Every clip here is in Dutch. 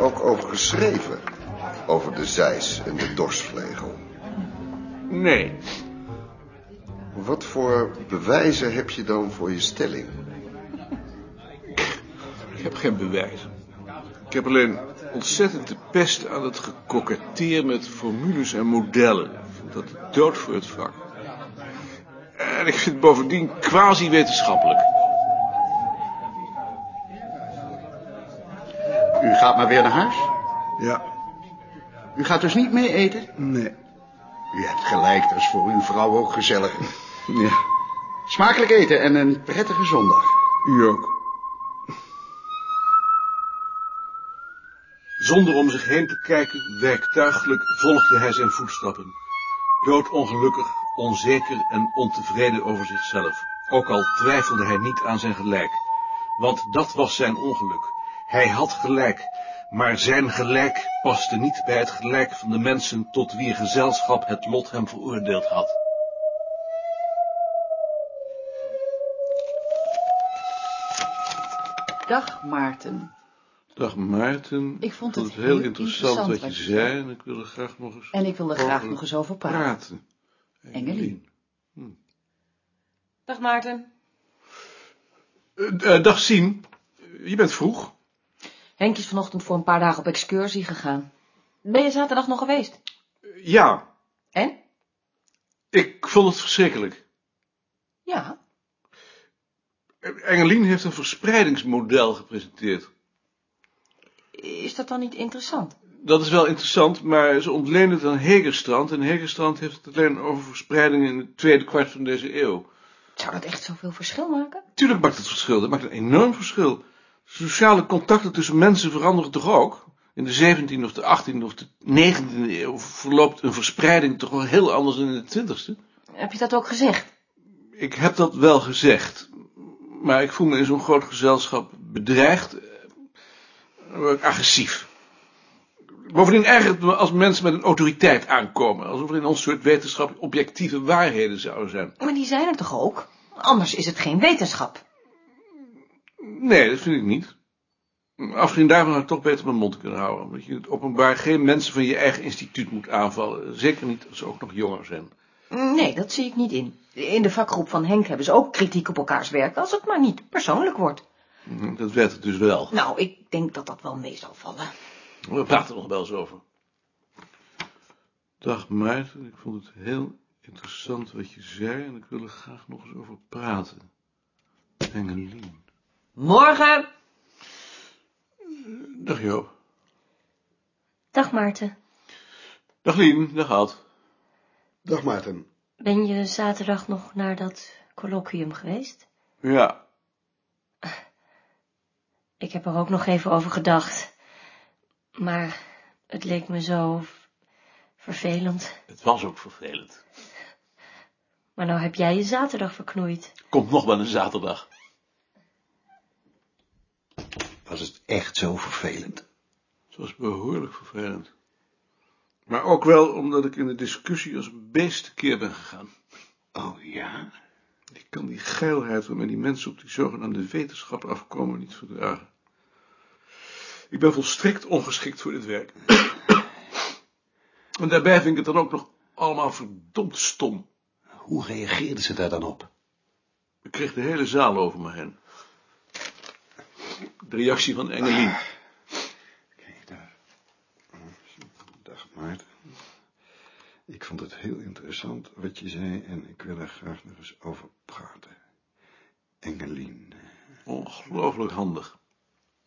over geschreven. Over de zeis en de dorsvlegel. Nee. Wat voor bewijzen heb je dan voor je stelling? Ik heb geen bewijs. Ik heb alleen ontzettend de pest aan het gekoketteer met formules en modellen. Ik vind dat de dood voor het vak. En ik vind het bovendien quasi-wetenschappelijk. U gaat maar weer naar huis? Ja. U gaat dus niet mee eten? Nee. U hebt gelijk, dat is voor uw vrouw ook gezellig. Ja. Smakelijk eten en een prettige zondag. U ook. Zonder om zich heen te kijken, werktuigelijk volgde hij zijn voetstappen. Doodongelukkig, onzeker en ontevreden over zichzelf. Ook al twijfelde hij niet aan zijn gelijk. Want dat was zijn ongeluk. Hij had gelijk, maar zijn gelijk paste niet bij het gelijk van de mensen tot wier gezelschap het lot hem veroordeeld had. Dag Maarten. Dag Maarten. Ik vond het Ik vond het heel heel interessant interessant wat je wat je zei. zei en ik wil er graag nog eens En ik wil er graag Oh. nog eens over praten. Engelien. Dag Maarten. Eh, eh, dag Sien, je bent vroeg. Henk is vanochtend voor een paar dagen op excursie gegaan. Ben je zaterdag nog geweest? Ja, En? ik vond het verschrikkelijk. Ja. Engelien heeft een verspreidingsmodel gepresenteerd. Is dat dan niet interessant? Dat is wel interessant, maar ze ontleent het aan Hegerstrand. En Hegerstrand heeft het alleen over verspreiding in het tweede kwart van deze eeuw. Zou dat echt zoveel verschil maken? Tuurlijk maakt het verschil, dat maakt een enorm verschil. Sociale contacten tussen mensen veranderen toch ook? In de 17e of de 18e of de 19e eeuw verloopt een verspreiding toch wel heel anders dan in de 20e? Heb je dat ook gezegd? Ik heb dat wel gezegd, maar ik voel me in zo'n groot gezelschap bedreigd. eh, word ik agressief. Bovendien ergert het me als mensen met een autoriteit aankomen. Alsof er in ons soort wetenschap objectieve waarheden zouden zijn. Maar die zijn er toch ook? Anders is het geen wetenschap. Nee, dat vind ik niet. Afgezien daarvan had ik toch beter mijn mond kunnen houden. Omdat je in het openbaar geen mensen van je eigen instituut moet aanvallen. Zeker niet als ze ook nog jonger zijn. Nee, dat zie ik niet in. In de vakgroep van Henk hebben ze ook kritiek op elkaars werk, als het maar niet persoonlijk wordt. Hm, Dat werd het dus wel. Nou, ik denk dat dat wel mee zal vallen. We praten er nog wel eens over. Dag Maarten, ik vond het heel interessant wat je zei en ik wil er graag nog eens over praten. Engelien. Morgen! Dag Joop. Dag Maarten. Dag Lien, dag Ad. Dag Maarten. Ben je zaterdag nog naar dat colloquium geweest? Ja, Ik heb er ook nog even over gedacht. Maar het leek me zo vervelend. het was ook vervelend. Maar nou heb jij je zaterdag verknoeid. Komt nog wel een zaterdag. Was het echt zo vervelend? Het was behoorlijk vervelend. Maar ook wel omdat ik in de discussie als een beest keer ben gegaan. Oh ja? Ik kan die geilheid waarmee die mensen op die zogenaamde wetenschap afkomen niet verdragen. Ik ben volstrekt ongeschikt voor dit werk. en daarbij vind ik het dan ook nog allemaal verdomd stom. Hoe reageerden ze daar dan op? Ik kreeg de hele zaal over me heen. De reactie van Engelien. Kijk daar. Dag Maarten. Ik vond het heel interessant wat je zei en ik wil er graag nog eens over praten. Engelien. Ongelooflijk handig.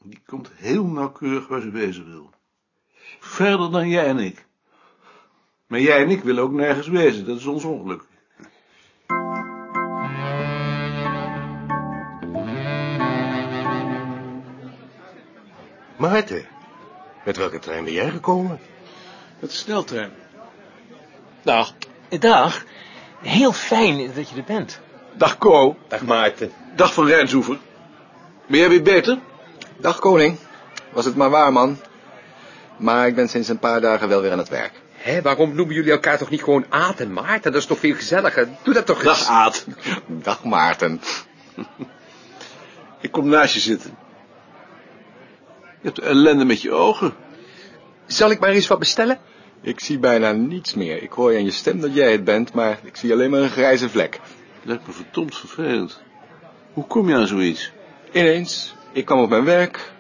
Die komt heel nauwkeurig waar ze wezen wil. Verder dan jij en ik. Maar jij en ik willen ook nergens wezen, dat is ons ongeluk. Maarten, met welke trein ben jij gekomen? Het sneltrein. Nou, Dag. Dag. Heel fijn dat je er bent. Dag Ko. Dag Maarten. Dag van Rijnsoever. Ben jij weer beter? Dag koning. Was het maar waar, man. Maar ik ben sinds een paar dagen wel weer aan het werk. Hé, waarom noemen jullie elkaar toch niet gewoon Aad en Maarten? Dat is toch veel gezelliger? Doe dat toch eens. Dag Aad. Ah, Dag Maarten. Ik kom naast je zitten. Je hebt ellende met je ogen. Zal ik maar eens wat bestellen? Ik zie bijna niets meer. Ik hoor aan je stem dat jij het bent, maar ik zie alleen maar een grijze vlek. Lijkt me verdomd vervelend. Hoe kom je aan zoiets? Ineens, ik kwam op mijn werk,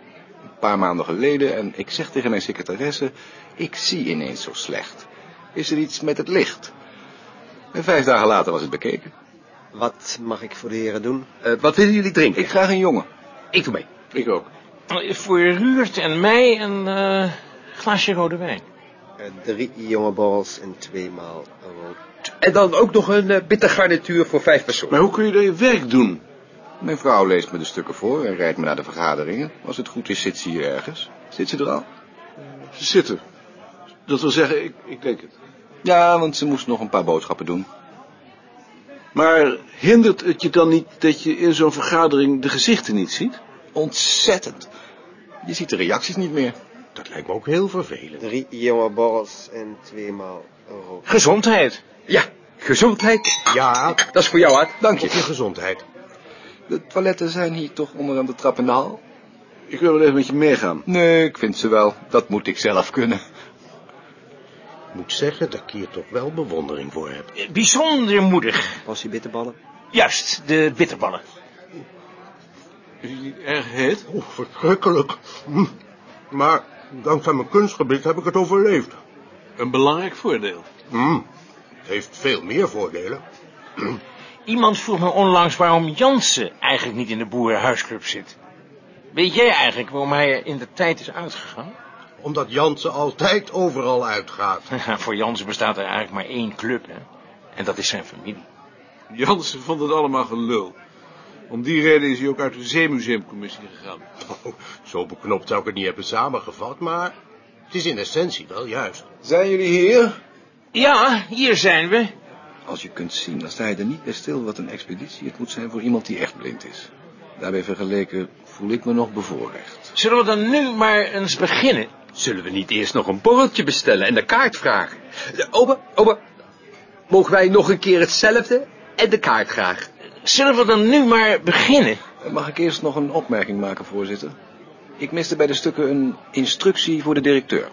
een paar maanden geleden, en ik zeg tegen mijn secretaresse, ik zie ineens zo slecht. Is er iets met het licht? En vijf dagen later was het bekeken. Wat mag ik voor de heren doen? Eh, wat willen jullie drinken? Ik graag een jongen. Ik doe mee. Ik ook. Eh, Voor Ruurt en mij een eh, glaasje rode wijn. Eh, drie jonge borrels en tweemaal rood. En dan ook nog een eh, bittergarnituur voor vijf personen. Maar hoe kun je dan je werk doen? Mijn vrouw leest me de stukken voor en rijdt me naar de vergaderingen. Als het goed is, zit ze hier ergens. Zit ze er al? Ze zitten. Dat wil zeggen, ik, ik denk het. Ja, want ze moest nog een paar boodschappen doen. Maar hindert het je dan niet dat je in zo'n vergadering de gezichten niet ziet? Ontzettend. Je ziet de reacties niet meer. Dat lijkt me ook heel vervelend. Drie jonge borrels en tweemaal rood. Gezondheid. Ja, gezondheid. Ja, Dat is voor jou, Art. Dank op je je. gezondheid. De toiletten zijn hier toch onderaan de trap in de hal? Ik wil wel even met je meegaan. Nee, ik vind ze wel. Dat moet ik zelf kunnen. Ik moet zeggen dat ik hier toch wel bewondering voor heb. Eh, Bijzonder moedig. Passie bitterballen. Juist, de bitterballen. Is het niet erg heet? Oh, verschrikkelijk. Hm. Maar dankzij mijn kunstgebied heb ik het overleefd. Een belangrijk voordeel. Hm. Het heeft veel meer voordelen. Iemand vroeg me onlangs waarom Jansen eigenlijk niet in de boerenhuisclub zit. Weet jij eigenlijk waarom hij er in de tijd is uitgegaan? Omdat Jansen altijd overal uitgaat. Voor Jansen bestaat er eigenlijk maar één club, hè? En dat is zijn familie. Jansen vond het allemaal gelul. Om die reden is hij ook uit de Zeemuseumcommissie gegaan. Oh, zo beknopt zou ik het niet hebben samengevat, maar het is in essentie wel juist. Zijn jullie hier? Ja, hier zijn we. Als je kunt zien, dan sta je er niet bij stil wat een expeditie het moet zijn voor iemand die echt blind is. Daarbij vergeleken voel ik me nog bevoorrecht. Zullen we dan nu maar eens beginnen? Zullen we niet eerst nog een borreltje bestellen en de kaart vragen? Eh, Ober, ober, mogen wij nog een keer hetzelfde en de kaart graag? Zullen we dan nu maar beginnen? Mag ik eerst nog een opmerking maken, voorzitter? Ik miste bij de stukken een instructie voor de directeur.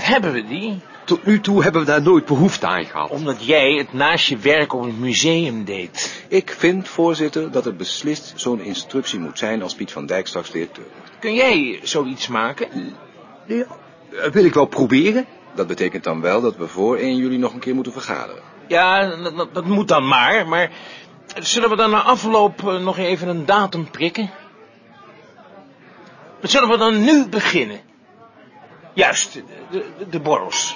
Hebben we die? Tot nu toe hebben we daar nooit behoefte aan gehad. Omdat jij het naast je werk op het museum deed. Ik vind, voorzitter, dat het beslist zo'n instructie moet zijn als Piet van Dijk straks directeur wordt. Kun jij zoiets maken? Ja, eh, wil ik wel proberen. Dat betekent dan wel dat we voor 1 juli nog een keer moeten vergaderen. Ja, dat, dat- dat moet dan maar, maar... Zullen we dan na afloop eh, nog even een datum prikken? Zullen we dan nu beginnen? Juist, de, de, de borrels.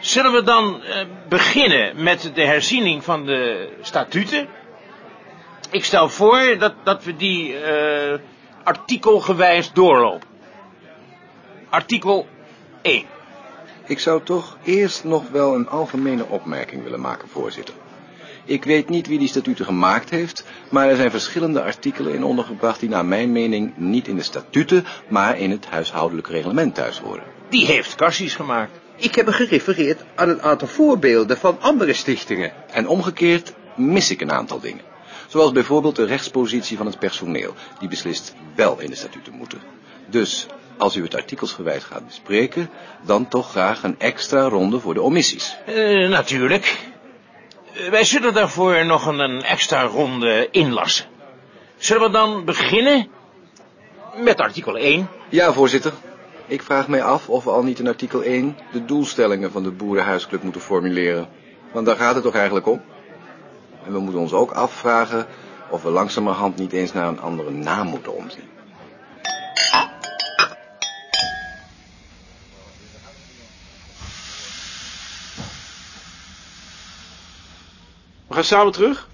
Zullen we dan eh, beginnen met de herziening van de statuten? Ik stel voor dat, dat we die eh, artikelgewijs doorlopen. Artikel 1. Ik zou toch eerst nog wel een algemene opmerking willen maken, voorzitter. Ik weet niet wie die statuten gemaakt heeft, maar er zijn verschillende artikelen in ondergebracht die naar mijn mening niet in de statuten, maar in het huishoudelijk reglement thuis horen. Die heeft Cassis gemaakt. Ik heb gerefereerd aan een aantal voorbeelden van andere stichtingen. En omgekeerd mis ik een aantal dingen. Zoals bijvoorbeeld de rechtspositie van het personeel, die beslist wel in de statuten moeten. Dus als u het artikelsgewijs gaat bespreken, dan toch graag een extra ronde voor de omissies. Eh, natuurlijk. Eh, Wij zullen daarvoor nog een, een extra ronde inlassen. Zullen we dan beginnen met artikel 1? Ja, voorzitter. Ik vraag mij af of we al niet in artikel 1 de doelstellingen van de Boerenhuisclub moeten formuleren. Want daar gaat het toch eigenlijk om? En we moeten ons ook afvragen of we langzamerhand niet eens naar een andere naam moeten omzien. We gaan samen terug?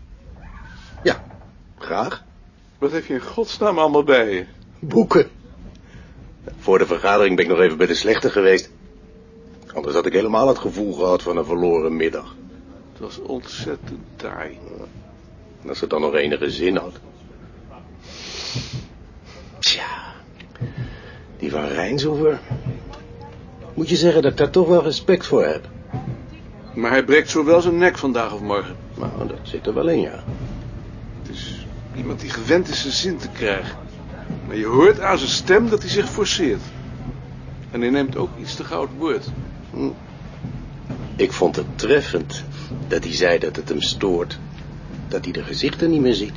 Ja, graag. Wat heb je in godsnaam allemaal bij je? Boeken. Voor de vergadering ben ik nog even bij de slechte geweest. Anders had ik helemaal het gevoel gehad van een verloren middag. Het was ontzettend taai. En als het dan nog enige zin had. Tja, die van Rijnsoever. Moet je zeggen dat ik daar toch wel respect voor heb. Maar hij breekt zowel zijn nek vandaag of morgen. Nou, dat zit er wel in, ja. Het is iemand die gewend is zijn zin te krijgen. Maar je hoort aan zijn stem dat hij zich forceert. En hij neemt ook iets te goud woord. Hm. Ik vond het treffend dat hij zei dat het hem stoort. Dat hij de gezichten niet meer ziet.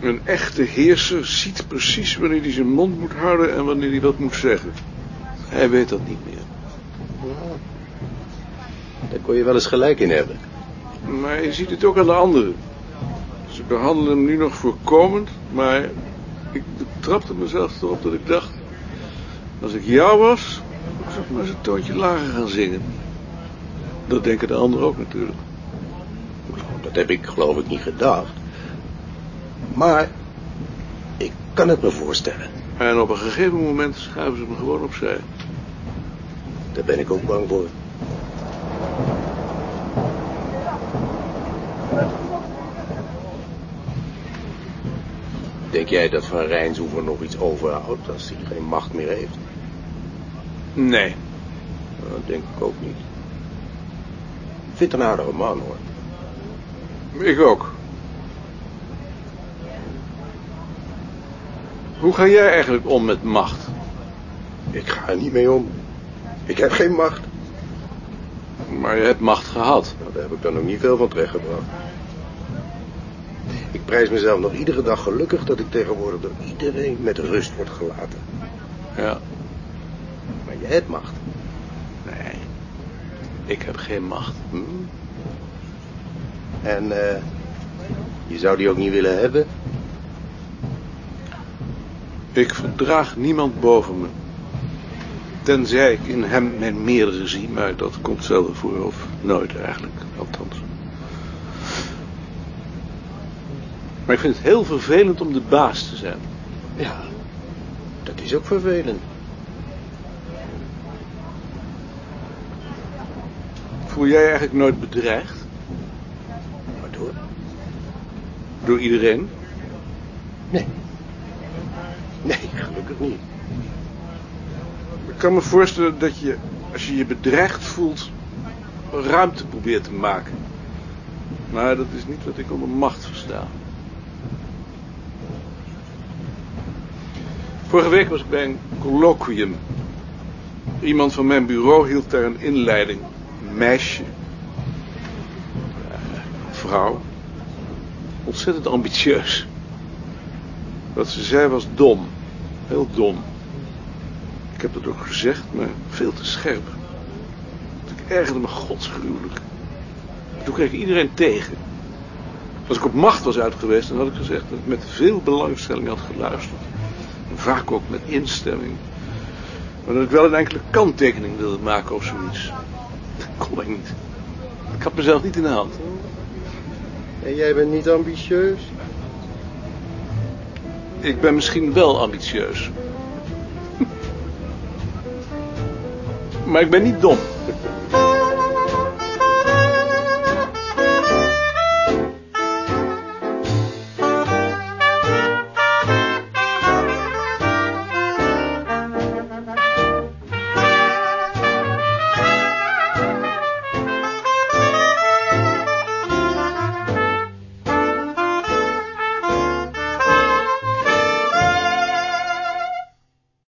Een echte heerser ziet precies wanneer hij zijn mond moet houden en wanneer hij wat moet zeggen. Hij weet dat niet meer. Nou, daar kon je wel eens gelijk in hebben. Maar je ziet het ook aan de anderen. Ze behandelen hem nu nog voorkomend, maar ik betrapte mezelf erop dat ik dacht... als ik jou was, zou ik maar eens een toontje lager gaan zingen. Dat denken de anderen ook natuurlijk. Dat heb ik geloof ik niet gedacht. Maar ik kan het me voorstellen. En op een gegeven moment schuiven ze me gewoon opzij. Daar ben ik ook bang voor. Denk jij dat Van Rijnshoever nog iets overhoudt als hij geen macht meer heeft? Nou, Nee. Dat denk ik ook niet. Ik vind het een aardige man hoor. Ik ook. Hoe ga jij eigenlijk om met macht? Ik ga er niet mee om. Ik heb geen macht. Maar je hebt macht gehad. Nou, daar heb ik dan ook niet veel van terechtgebracht. Ik prijs mezelf nog iedere dag gelukkig dat ik tegenwoordig door iedereen met rust word gelaten. Ja. Maar jij hebt macht. Nee, ik heb geen macht. Hm? En uh, je zou die ook niet willen hebben? Ik verdraag niemand boven me. Tenzij ik in hem mijn meerdere zie, maar dat komt zelden voor, of nooit eigenlijk, althans. Maar ik vind het heel vervelend om de baas te zijn. Ja, dat is ook vervelend. Voel jij eigenlijk nooit bedreigd? Waardoor? Door iedereen? Nee. Nee, gelukkig niet. Ik kan me voorstellen dat je, als je je bedreigd voelt, ruimte probeert te maken. Maar dat is niet wat ik onder macht versta. Vorige week was ik bij een colloquium. Iemand van mijn bureau hield daar een inleiding. Een meisje. Een vrouw. Ontzettend ambitieus. Wat ze zei was dom. Heel dom. Ik heb dat ook gezegd, maar veel te scherp. Ik ergerde me godsgruwelijk. En toen kreeg ik iedereen tegen. Als ik op macht was uit geweest, dan had ik gezegd dat ik met veel belangstelling had geluisterd. En vaak ook met instemming. Maar dat ik wel een enkele kanttekening wilde maken of zoiets. Dat kon ik niet. Ik had mezelf niet in de hand. En jij bent niet ambitieus? ik ben misschien wel ambitieus. maar ik ben niet dom.